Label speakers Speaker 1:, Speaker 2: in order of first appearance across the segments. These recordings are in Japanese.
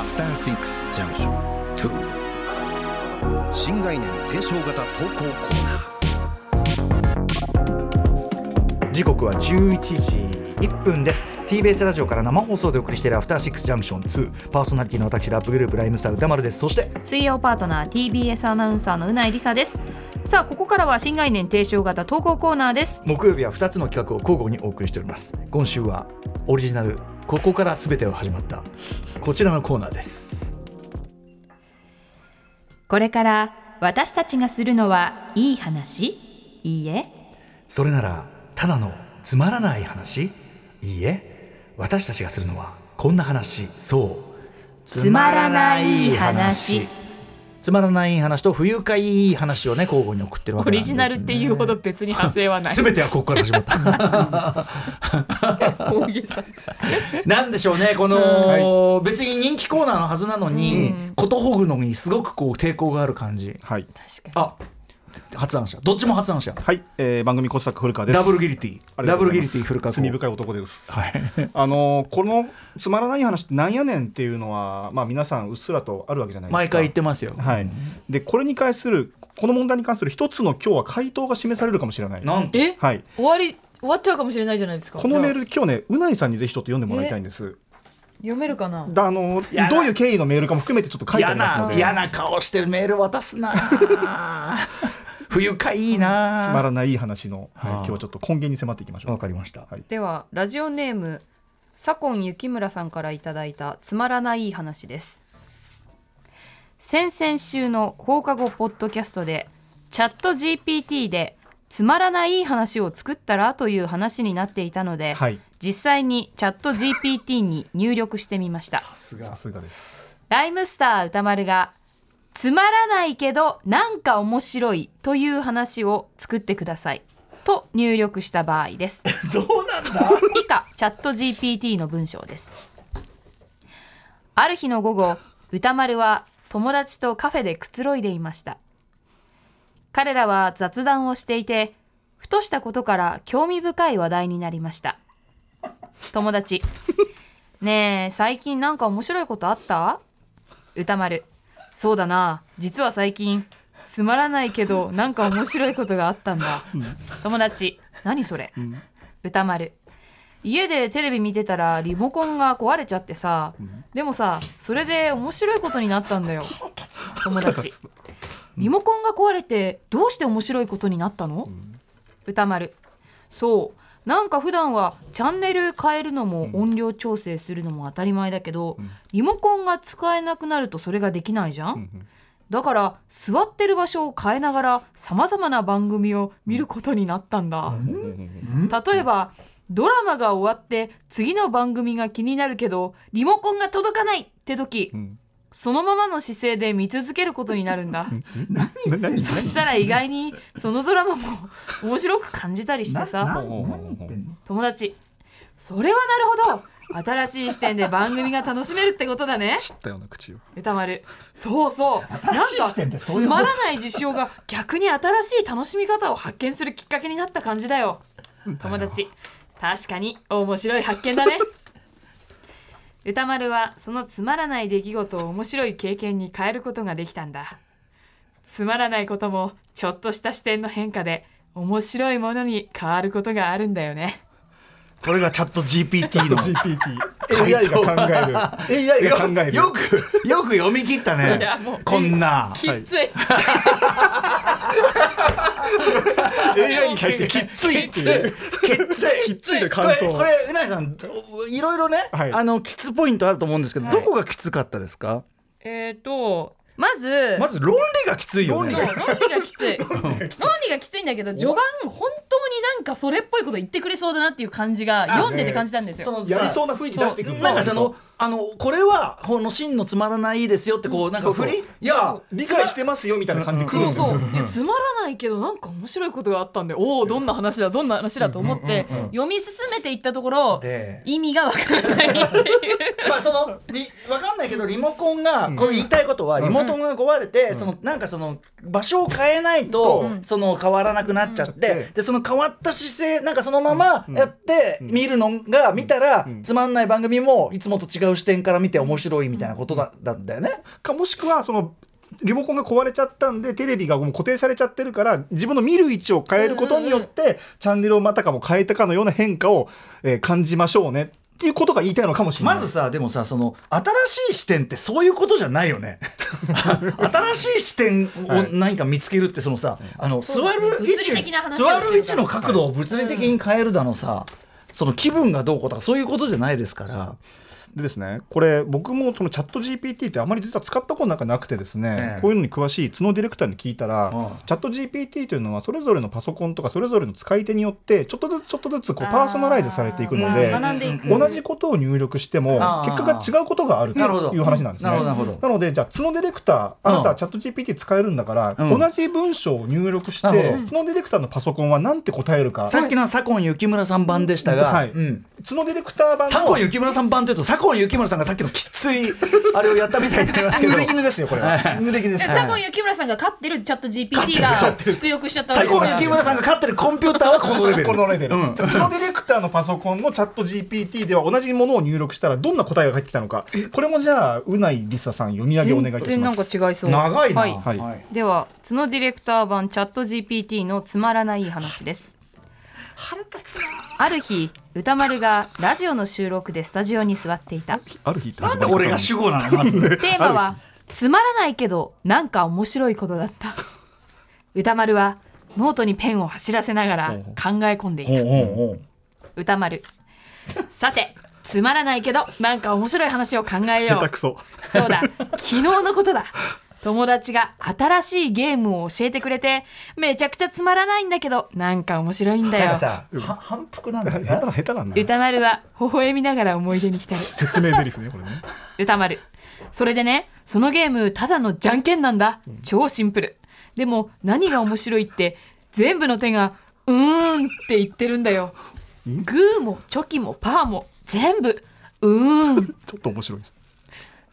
Speaker 1: 6ジャンクション2新概念提唱型投稿コーナー
Speaker 2: 時刻は11時1分です TBS ラジオから生放送でお送りしているアフターシックスジャンクション2パーソナリティの私ラップグループライムスター歌丸ですそして
Speaker 3: 水曜パートナー TBS アナウンサーのうないりさですさあここからは新概念提唱型投稿コーナーです
Speaker 2: 木曜日は2つの企画を交互にお送りしております今週はオリジナルここから全ては始まったこちらのコーナーです
Speaker 3: これから私たちがするのはいい話いいえ
Speaker 2: それならただのつまらない話いいえ私たちがするのはこんな話そう
Speaker 3: つまらない話
Speaker 2: つまらない話と不愉快話をね交互に送ってるわけ、ね、
Speaker 3: オリジナルっていうほど別に派生は ない
Speaker 2: 全てはここから始まった
Speaker 3: 大げさ
Speaker 2: なんでしょうねこの、はい、別に人気コーナーのはずなのに、うん、ことほぐのにすごくこう抵抗がある感じ、
Speaker 4: はい、
Speaker 3: 確
Speaker 2: かにあ発案者どっちも発案者
Speaker 4: はい、えー、番組コスタック古川です
Speaker 2: ダブルギリティダブルギリティ古川
Speaker 4: 罪深い男です、
Speaker 2: はい、
Speaker 4: あのー、このつまらない話ってなんやねんっていうのはまあ皆さんうっすらとあるわけじゃないですか
Speaker 2: 毎回言ってますよ
Speaker 4: はい、うん、でこれに関するこの問題に関する一つの今日は回答が示されるかもしれない
Speaker 2: なんと、
Speaker 4: はい、
Speaker 3: 終わり終わっちゃうかもしれないじゃないですか
Speaker 4: このメール今日ねうないさんにぜひちょっと読んでもらいたいんです
Speaker 3: 読めるかな
Speaker 4: あのどういう経緯のメールかも含めてちょっと書いてありますので
Speaker 2: 嫌な顔してメール渡す な不愉快いいな、
Speaker 4: つまらない話の、はい、今日はちょっと根源に迫っていきましょう
Speaker 2: わかりました、
Speaker 3: はい、ではラジオネーム左近幸村さんからいただいたつまらない話です先々週の放課後ポッドキャストでチャット GPT でつまらない話を作ったらという話になっていたので、
Speaker 4: はい、
Speaker 3: 実際にチャット GPT に入力してみました
Speaker 2: さすが
Speaker 4: です
Speaker 3: ライムスター歌丸がつまらないけどなんか面白いという話を作ってくださいと入力した場合です
Speaker 2: どうなんだ
Speaker 3: 以下チャット GPT の文章ですある日の午後歌丸は友達とカフェでくつろいでいました彼らは雑談をしていてふとしたことから興味深い話題になりました友 達ねえ最近なんか面白いことあった歌丸そうだな実は最近つまらないけどなんか面白いことがあったんだ友達何それ、うん、歌丸家でテレビ見てたらリモコンが壊れちゃってさ、うん、でもさそれで面白いことになったんだ よ友達リモコンが壊れてどうして面白いことになったの、うん、歌丸そうなんか普段はチャンネル変えるのも音量調整するのも当たり前だけど、リモコンが使えなくなるとそれができないじゃん、だから座ってる場所を変えながらさまざまな番組を見ることになったんだ、例えばドラマが終わって次の番組が気になるけどリモコンが届かないって時、そのままの姿勢で見続けることになるんだそしたら意外にそのドラマも面白く感じたりしてさ友達それはなるほど新しい視点で番組が楽しめるってことだね
Speaker 4: 知ったような口を
Speaker 3: 歌丸そうそうなんかつまらない事象が逆に新しい楽しみ方を発見するきっかけになった感じだよ友達確かに面白い発見だね歌丸はそのつまらない出来事を面白い経験に変えることができたんだつまらないこともちょっとした視点の変化で面白いものに変わることがあるんだよね
Speaker 2: これがチャット GPT の
Speaker 4: GPT AI が考える AI が考える
Speaker 2: よくよく読み切ったねこんな
Speaker 3: きつい、
Speaker 4: AI に対してきついっていう。
Speaker 2: きつい。
Speaker 4: きついの感想。
Speaker 2: これ、うなぎさん、いろいろね、あの、きつポイントあると思うんですけど、どこがきつかったですか
Speaker 3: えっと、まず、
Speaker 2: まず論理がきついよね。
Speaker 3: 論理がきつ い。論理がきついんだけど、序盤、本当になんかそれっぽいこと言ってくれそうだなっていう感じが、読んでて感じたんですよ。
Speaker 4: やりそうな雰囲気出してくる。
Speaker 2: なんかその、あのこれはこの真のつまらないですよってこうなんか振り
Speaker 4: いや理解してますよみたいな感じで
Speaker 3: そうそうつまらないけどなんか面白いことがあったんでおおどんな話だどんな話だと思って読み進めていったところ意味がわからないっていう
Speaker 2: まあそのりわかんないけどリモコンがこれ言いたいことはリモコンが壊れてそのなんかその場所を変えないとその変わらなくなっちゃってでその変わった姿勢なんかそのままやって
Speaker 4: うん
Speaker 2: 見るのが見たら
Speaker 4: うん
Speaker 2: つまんない番組もいつもと違う視点から見て面白いみたいなことだだんだよね。
Speaker 4: かもしくはそのリモコンが壊れちゃったんでテレビがもう固定されちゃってるから自分の見る位置を変えることによって、チャンネルをまたかも変えたかのような変化を、えー感じましょうねっていうことが言いたいのかもしれない。
Speaker 2: まずさでもさその新しい視点ってそういうことじゃないよね新しい視点を何か見つけるってそのさ、あの座
Speaker 3: そうですね
Speaker 2: る位
Speaker 3: 物理的
Speaker 2: 置
Speaker 3: な話をしてるから
Speaker 2: 座る位置の角度を物理的に変えるだのさ、その気分がどうこうとかそういうことじゃないですから、
Speaker 4: でですね、これ僕もそのチャット GPT ってあまり実は使ったことなんかなくてですね、
Speaker 2: ええ
Speaker 4: こういうのに詳しい角ディレクターに聞いたら、
Speaker 2: うん
Speaker 4: チャット GPT というのはそれぞれのパソコンとかそれぞれの使い手によってちょっとずつちょっとずつこうパーソナライズされていくので
Speaker 3: あー学んでいく
Speaker 4: 同じことを入力しても
Speaker 2: あー
Speaker 4: 結果が違うことがあると
Speaker 2: なるほど
Speaker 4: いう話なんですね。
Speaker 2: なるほどなるほど
Speaker 4: なのでじゃあ角ディレクターあな
Speaker 2: う
Speaker 4: た
Speaker 2: ん
Speaker 4: チャット GPT 使えるんだから、
Speaker 2: うん
Speaker 4: 同じ文章を入力して
Speaker 2: な
Speaker 4: 角
Speaker 2: る
Speaker 4: デ
Speaker 2: ほど
Speaker 4: ィレクターのパソコンは何て答えるか
Speaker 2: さっきのは左近幸村さん版でしたが、
Speaker 4: はい
Speaker 2: うん
Speaker 4: 角ディレクター版
Speaker 2: 左
Speaker 4: の
Speaker 2: 近幸村さん版というと左近幸村さんがさっきのきついあれをやったみたいになりますけ ど
Speaker 4: 濡れ衣ですよこれは。濡れ衣です。
Speaker 3: サコン雪村さんが勝ってるチャット GPT
Speaker 2: 勝っ
Speaker 3: が
Speaker 2: てる
Speaker 3: 出力しちゃったわ
Speaker 2: 左近
Speaker 3: けですから
Speaker 2: 幸村さんが飼ってるコンピューターはこのレベル。
Speaker 4: こ のレベル、
Speaker 2: うん
Speaker 4: そのディレクターのパソコンのチャット GPT では同じものを入力したらどんな答えが返ってきたのかこれもじゃあうないりささん読み上げお願いい
Speaker 3: 全
Speaker 4: たし
Speaker 3: 然な
Speaker 4: ま
Speaker 3: ん
Speaker 4: す
Speaker 3: か違いそう
Speaker 2: 長いな。
Speaker 3: はい
Speaker 4: はい
Speaker 3: では角ディレクター版チャット GPT のつまらない話ですある日歌丸がラジオの収録でスタジオに座ってい た
Speaker 4: ある日って
Speaker 2: な
Speaker 4: 始
Speaker 2: ん
Speaker 4: ま
Speaker 2: で
Speaker 4: り方
Speaker 2: 俺が主語なのまず。
Speaker 3: テーマはつまらないけどなんか面白いことだった歌丸はノートにペンを走らせながら考え込んでいた
Speaker 2: ほうほう
Speaker 3: 歌丸さてつまらないけどなんか面白い話を考えよ
Speaker 4: 下手
Speaker 3: う
Speaker 4: くそ
Speaker 3: そうだ、昨日のことだ。友達が新しいゲームを教えてくれて、めちゃくちゃつまらないんだけど、なんか面白いん
Speaker 2: な
Speaker 3: だ
Speaker 2: ん
Speaker 3: よ
Speaker 2: か。さ、 は反復なんだよ
Speaker 4: 下手
Speaker 2: な。
Speaker 4: な下手なんだな
Speaker 3: 歌丸は微笑みながら思い出に浸る。
Speaker 4: 説明台詞ねこれ ね
Speaker 3: 歌丸。それでね、そのゲームただのじゃんけんなんだ。超シンプル。でも何が面白いって、全部の手が、うーんって言ってるんだよ。グーもチョキもパーも全部、うーん。
Speaker 4: ちょっと面白 いです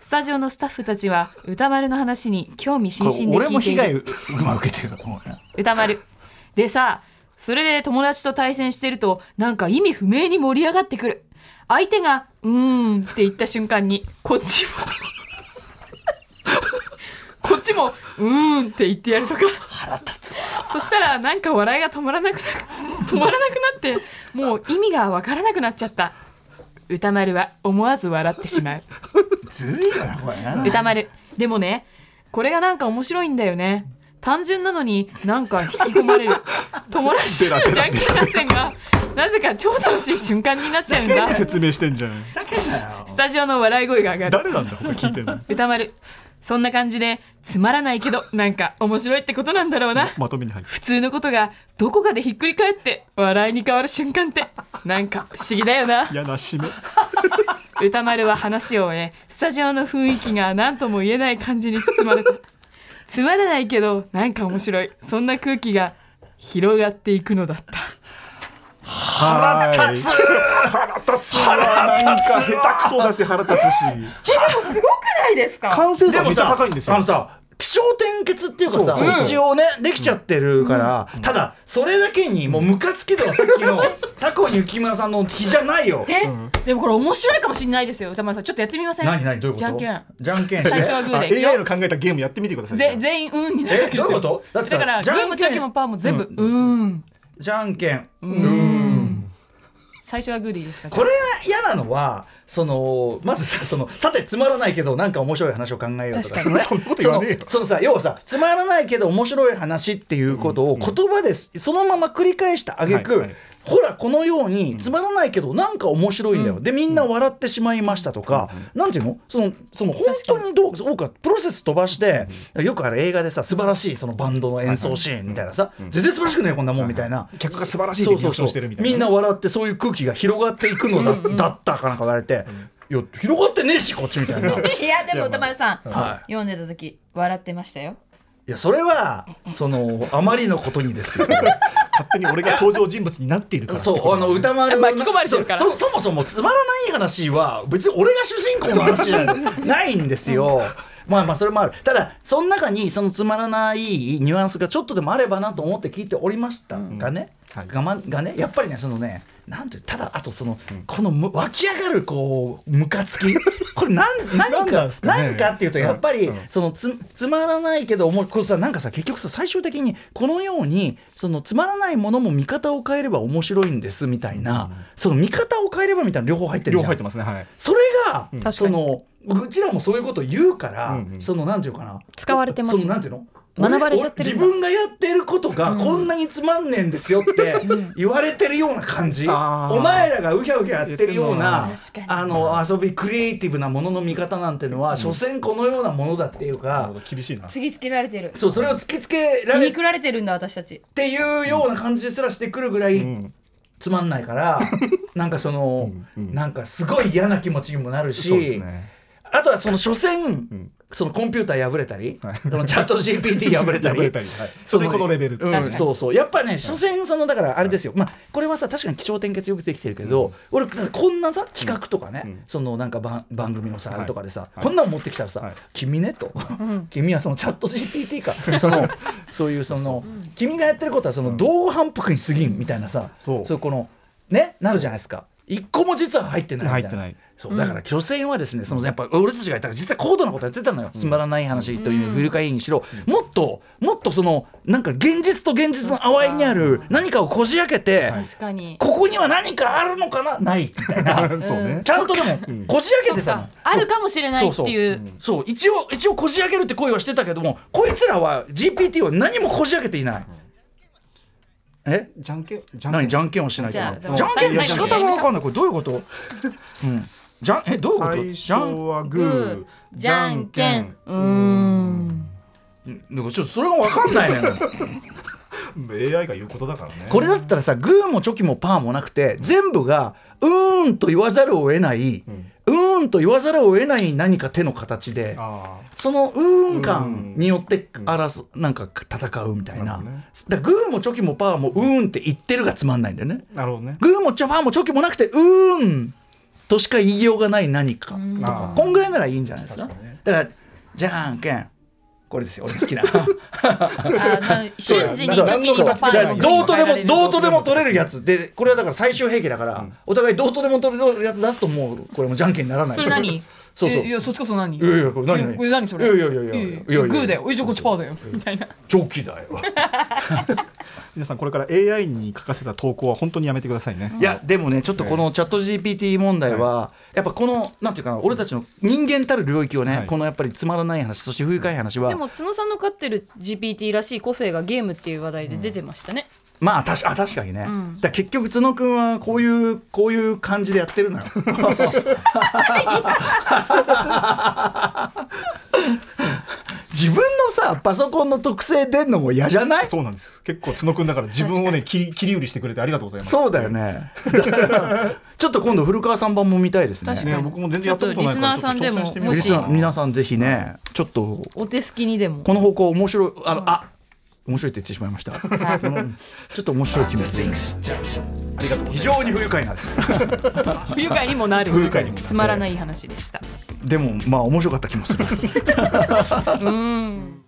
Speaker 3: スタジオのスタッフたちは歌丸の話に興味津
Speaker 2: こ
Speaker 3: 々
Speaker 2: れ
Speaker 3: で聞いている。
Speaker 2: 俺も被害うま受けてると思うよ
Speaker 3: 歌丸でさそれで友達と対戦してるとなんか意味不明に盛り上がってくる相手が「うーん」って言った瞬間にこっちも こっちも「うーん」って言ってやるとかそしたらなんか笑いが止まらなくな止まらなくなってもう意味がわからなくなっちゃった歌丸は思わず笑ってしまう
Speaker 2: ずるいよなこれな。
Speaker 3: 歌丸でもねこれがなんか面白いんだよね単純なのになんか引き込まれる友達とのジャンケン合戦がなぜか超楽しい瞬間になっちゃうん だス
Speaker 4: 説明してんじゃない
Speaker 3: タジオの笑い声が上がる
Speaker 4: 誰なんだ他聞いてんの
Speaker 3: 歌丸そんな感じでつまらないけどなんか面白いってことなんだろうな
Speaker 4: まとめに入って
Speaker 3: 普通のことがどこかでひっくり返って笑いに変わる瞬間ってなんか不思議だよな
Speaker 4: 嫌な締め
Speaker 3: 歌丸は話を終えスタジオの雰囲気が何とも言えない感じに包まれたつまらないけどなんか面白いそんな空気が広がっていくのだった
Speaker 4: 腹立つ腹立つ腹立つ下手くそだし腹立つし
Speaker 3: ないですか
Speaker 4: 完成度
Speaker 2: で
Speaker 4: がめ
Speaker 2: も
Speaker 4: っちゃ
Speaker 2: さ、
Speaker 4: 高いんですよ
Speaker 2: あのさ、気象転結っていうかさ
Speaker 4: そうそう、
Speaker 2: 一応ね、できちゃってるから、ただ、それだけに、もうムカつけたわ、さっきの、 佐藤幸村さんの日じゃないよ。
Speaker 3: え、でもこれ面白いかもしれないですよ歌丸さんちょっとやってみません
Speaker 2: 何何どういうこと
Speaker 3: じゃんけん
Speaker 2: じゃんけんして。
Speaker 3: 最初はグ
Speaker 4: あ
Speaker 3: ーで
Speaker 4: AI の考えたゲームやってみてください
Speaker 3: ぜ全員うんになるわけ
Speaker 2: えどうい
Speaker 3: です
Speaker 2: うこ
Speaker 3: よ
Speaker 2: とだってさ
Speaker 3: だから
Speaker 2: じ
Speaker 3: グ
Speaker 2: ゃんけん
Speaker 3: ーもチョキもパーも全部うーん
Speaker 2: じゃんけん。
Speaker 3: 最初はグーでいいですか
Speaker 2: これ嫌なのはそのまずさそのさてつまらないけどなんか面白い話を考えようとか
Speaker 3: 確
Speaker 2: そのね
Speaker 4: そんなこと言わねえよ
Speaker 2: そのそのさ要はさつまらないけど面白い話っていうことを言葉です、そのまま繰り返した挙句、
Speaker 4: はいはい
Speaker 2: ほらこのようにつまらないけどなんか面白いんだよ、でみんな笑ってしまいましたとか、なんていうのそのその本当にどうどうかプロセス飛ばして、よくある映画でさ素晴らしいそのバンドの演奏シーンみたいなさ、全然素晴らしくねえこんなもんみたいな、
Speaker 4: 客が素晴らしいってリアクションしてるみたいな
Speaker 2: みんな笑ってそういう空気が広がっていくのだだったかなんか言われて、いや広がってねえしこっちみたい ない
Speaker 5: いやでも歌丸さん、
Speaker 2: は
Speaker 5: 読んでた時笑ってましたよ
Speaker 2: やそれはそのあまりのことにですよ
Speaker 4: 勝手に俺が登場人物になっているからって
Speaker 2: そ
Speaker 4: こと
Speaker 2: うあの歌丸
Speaker 3: 巻き込まれてるから
Speaker 2: そう そそもそもつまらない話は別に俺が主人公の話じゃないないんですよまあまあそれもあるただその中にそのつまらないニュアンスがちょっとでもあればなと思って聞いておりましたがね、
Speaker 4: はい
Speaker 2: がまがねやっぱりねそのねなんていうただあとその、このむ湧き上がるこうムカつきこれなん何
Speaker 4: なんな
Speaker 2: か
Speaker 4: んすかね
Speaker 2: 何かっていうとやっぱり、
Speaker 4: うん
Speaker 2: そのつつまらないけど思うこれさなんかさ結局さ最終的にこのようにそのつまらないものも見方を変えれば面白いんですみたいな、その見方を変えればみたいな両方入ってる
Speaker 4: 両
Speaker 2: じ
Speaker 4: 方
Speaker 2: ゃん
Speaker 4: 入ってますねはい
Speaker 2: それが、
Speaker 3: ん
Speaker 2: そのうちらもそういうこと言うから、
Speaker 4: うんうん
Speaker 2: そのなんていうかな
Speaker 3: 使われてます
Speaker 2: そのなんていうの
Speaker 3: 学ばれちゃってる
Speaker 2: 俺
Speaker 3: ん
Speaker 2: 自
Speaker 3: だ
Speaker 2: 分がやってることがこんなにつまんねえんですよって言われてるような感じ、
Speaker 4: あー
Speaker 2: お前らがうひゃうひゃやってるような
Speaker 3: 言ってんの
Speaker 2: あの遊びクリエイティブなものの見方なんてのは、所詮このようなものだっていう
Speaker 4: な
Speaker 2: か
Speaker 4: るほど厳しいな
Speaker 5: 次つけられてる
Speaker 2: そうそれを突きつけら
Speaker 5: 皮
Speaker 2: れ
Speaker 5: 肉られてるんだ私たち
Speaker 2: っていうような感じすらしてくるぐらい
Speaker 4: ん
Speaker 2: つまんないから、なんかその、
Speaker 4: うんうん
Speaker 2: なんかすごい嫌な気持ちにもなるし、
Speaker 4: そうですね
Speaker 2: あとはその所詮、
Speaker 4: ん
Speaker 2: そのコンピューター破れたり、
Speaker 4: はい
Speaker 2: そのチャット GPT 破れたり
Speaker 4: 破れたりはい
Speaker 2: そ
Speaker 4: そ
Speaker 2: の
Speaker 4: れこのレベル
Speaker 2: うん
Speaker 5: 確かに
Speaker 2: そうそうやっぱね所詮そのだからあれですよ、まあこれはさ確かに気象転結よくできてるけど、俺なんかこんなさ企画とかね、
Speaker 4: うん
Speaker 2: そのなんか番番組のさ、
Speaker 4: はい
Speaker 2: あれとかでさ、
Speaker 4: はい
Speaker 2: こんなん持ってきたらさ「
Speaker 4: はい
Speaker 2: 君ね」と「君はそのチャット GPT かそのそういうその、君がやってることはその同反復に過ぎん」みたいなさ、
Speaker 4: そう
Speaker 2: このねなるじゃないですか一個も実は入ってないみたいな
Speaker 4: 入ってない
Speaker 2: そうだから女性はですねそのやっぱ俺たちがやったら実は高度なことやってたのよ、つまらない話という振り返りにしろ、もっともっとそのなんか現実と現実の淡いにある何かをこじ開けて、
Speaker 3: 確かに
Speaker 2: ここには何かあるのかなないみたい な
Speaker 4: そうね
Speaker 2: ちゃんとでもこじ開け
Speaker 3: そって
Speaker 2: たの
Speaker 3: か。あるかもしれないっていう
Speaker 2: そうそう一応一応こじ開けるって声はしてたけどもこいつらは GPT は何もこじ開けていない。え
Speaker 4: じゃんけんじゃんけ
Speaker 2: 何
Speaker 4: ん
Speaker 2: じゃんけんをしないと
Speaker 3: じゃあ
Speaker 2: な
Speaker 3: でも
Speaker 2: じゃんけんの仕方が分かんないこれどういうこと、うん、じゃんえどういうこと
Speaker 4: 最
Speaker 2: じ
Speaker 4: 初
Speaker 2: ゃん
Speaker 4: はグ
Speaker 5: グ
Speaker 4: ー
Speaker 5: ーじゃんけんうーん
Speaker 2: なんかちょっとそれが分かんないのよ
Speaker 4: AI が言うことだからね
Speaker 2: これだったらさグーもチョキもパーもなくて全部がうーんと言わざるを得ない、うーんと言わざるを得ない何か手の形で
Speaker 4: ああ
Speaker 2: そのうーん感によって争うなんか戦うみたいな
Speaker 4: なるほどね
Speaker 2: だからグーもチョキもパーもうーんって言ってるがつまんないんだよね
Speaker 4: なるほどね
Speaker 2: グーもチョパーもチョキもなくてうーんとしか言いようがない何かとか
Speaker 4: あー
Speaker 2: こんぐらいならいいんじゃないですか
Speaker 4: 確かにね
Speaker 2: だからじゃんけんこれですよ俺好きな
Speaker 5: あな瞬時にチョキにも
Speaker 2: だか
Speaker 5: パ
Speaker 2: ら
Speaker 5: ンにも
Speaker 2: どうとで
Speaker 5: 変えられ
Speaker 2: も
Speaker 5: る
Speaker 2: どうとでも取れるやつでこれはだから最終兵器だから、お互いどうとでも取れるやつ出すともうこれもうじゃんけんにならない
Speaker 5: そ れ何
Speaker 2: そうそう
Speaker 5: えいやそっちこそ何
Speaker 2: いやいやこれ何
Speaker 5: え
Speaker 2: 何
Speaker 5: これ何それ
Speaker 2: いやいやいやいやいやいや
Speaker 5: グーだよえじゃあこっちパーだよみたいな
Speaker 2: チョキだよ
Speaker 4: 皆さんこれから AI に書かせた投稿は本当にやめてくださいね
Speaker 2: いやでもねちょっとこのチャット GPT 問題は、やっぱこのなんていうかな俺たちの人間たる領域をね、
Speaker 4: はい
Speaker 2: このやっぱりつまらない話そして不愉快な話は
Speaker 5: でも角さんの飼ってる GPT らしい個性がゲームっていう話題で出てましたね、
Speaker 2: まあ確かあ確かにね、
Speaker 5: ん
Speaker 2: だから結局角君はこういうこういう感じでやってるのよ自分のさパソコンの特性出んのも嫌じゃない
Speaker 4: そうなんです結構角君だから自分をね切り切り売りしてくれてありがとうございます
Speaker 2: そうだよねだからちょっと今度古川さん版も見たいですね
Speaker 5: 確か
Speaker 4: ね
Speaker 5: に
Speaker 4: 僕も全然やったことないから
Speaker 5: ちょっとリスナーさんでも
Speaker 4: ちょっと挑戦してみよう
Speaker 5: も
Speaker 2: リ
Speaker 5: し
Speaker 2: スナー皆さんぜひねちょっと
Speaker 5: お手すきにでも
Speaker 2: この方向面白いあのあ面白いって言ってしまいました。このちょっと面白い気持ちです。ありがとう。非常に不愉快なんです。
Speaker 5: 不愉快にもなる
Speaker 4: 不愉快にもなる
Speaker 5: つまらない話でした
Speaker 2: でもまあ面白かった気もする。
Speaker 5: うん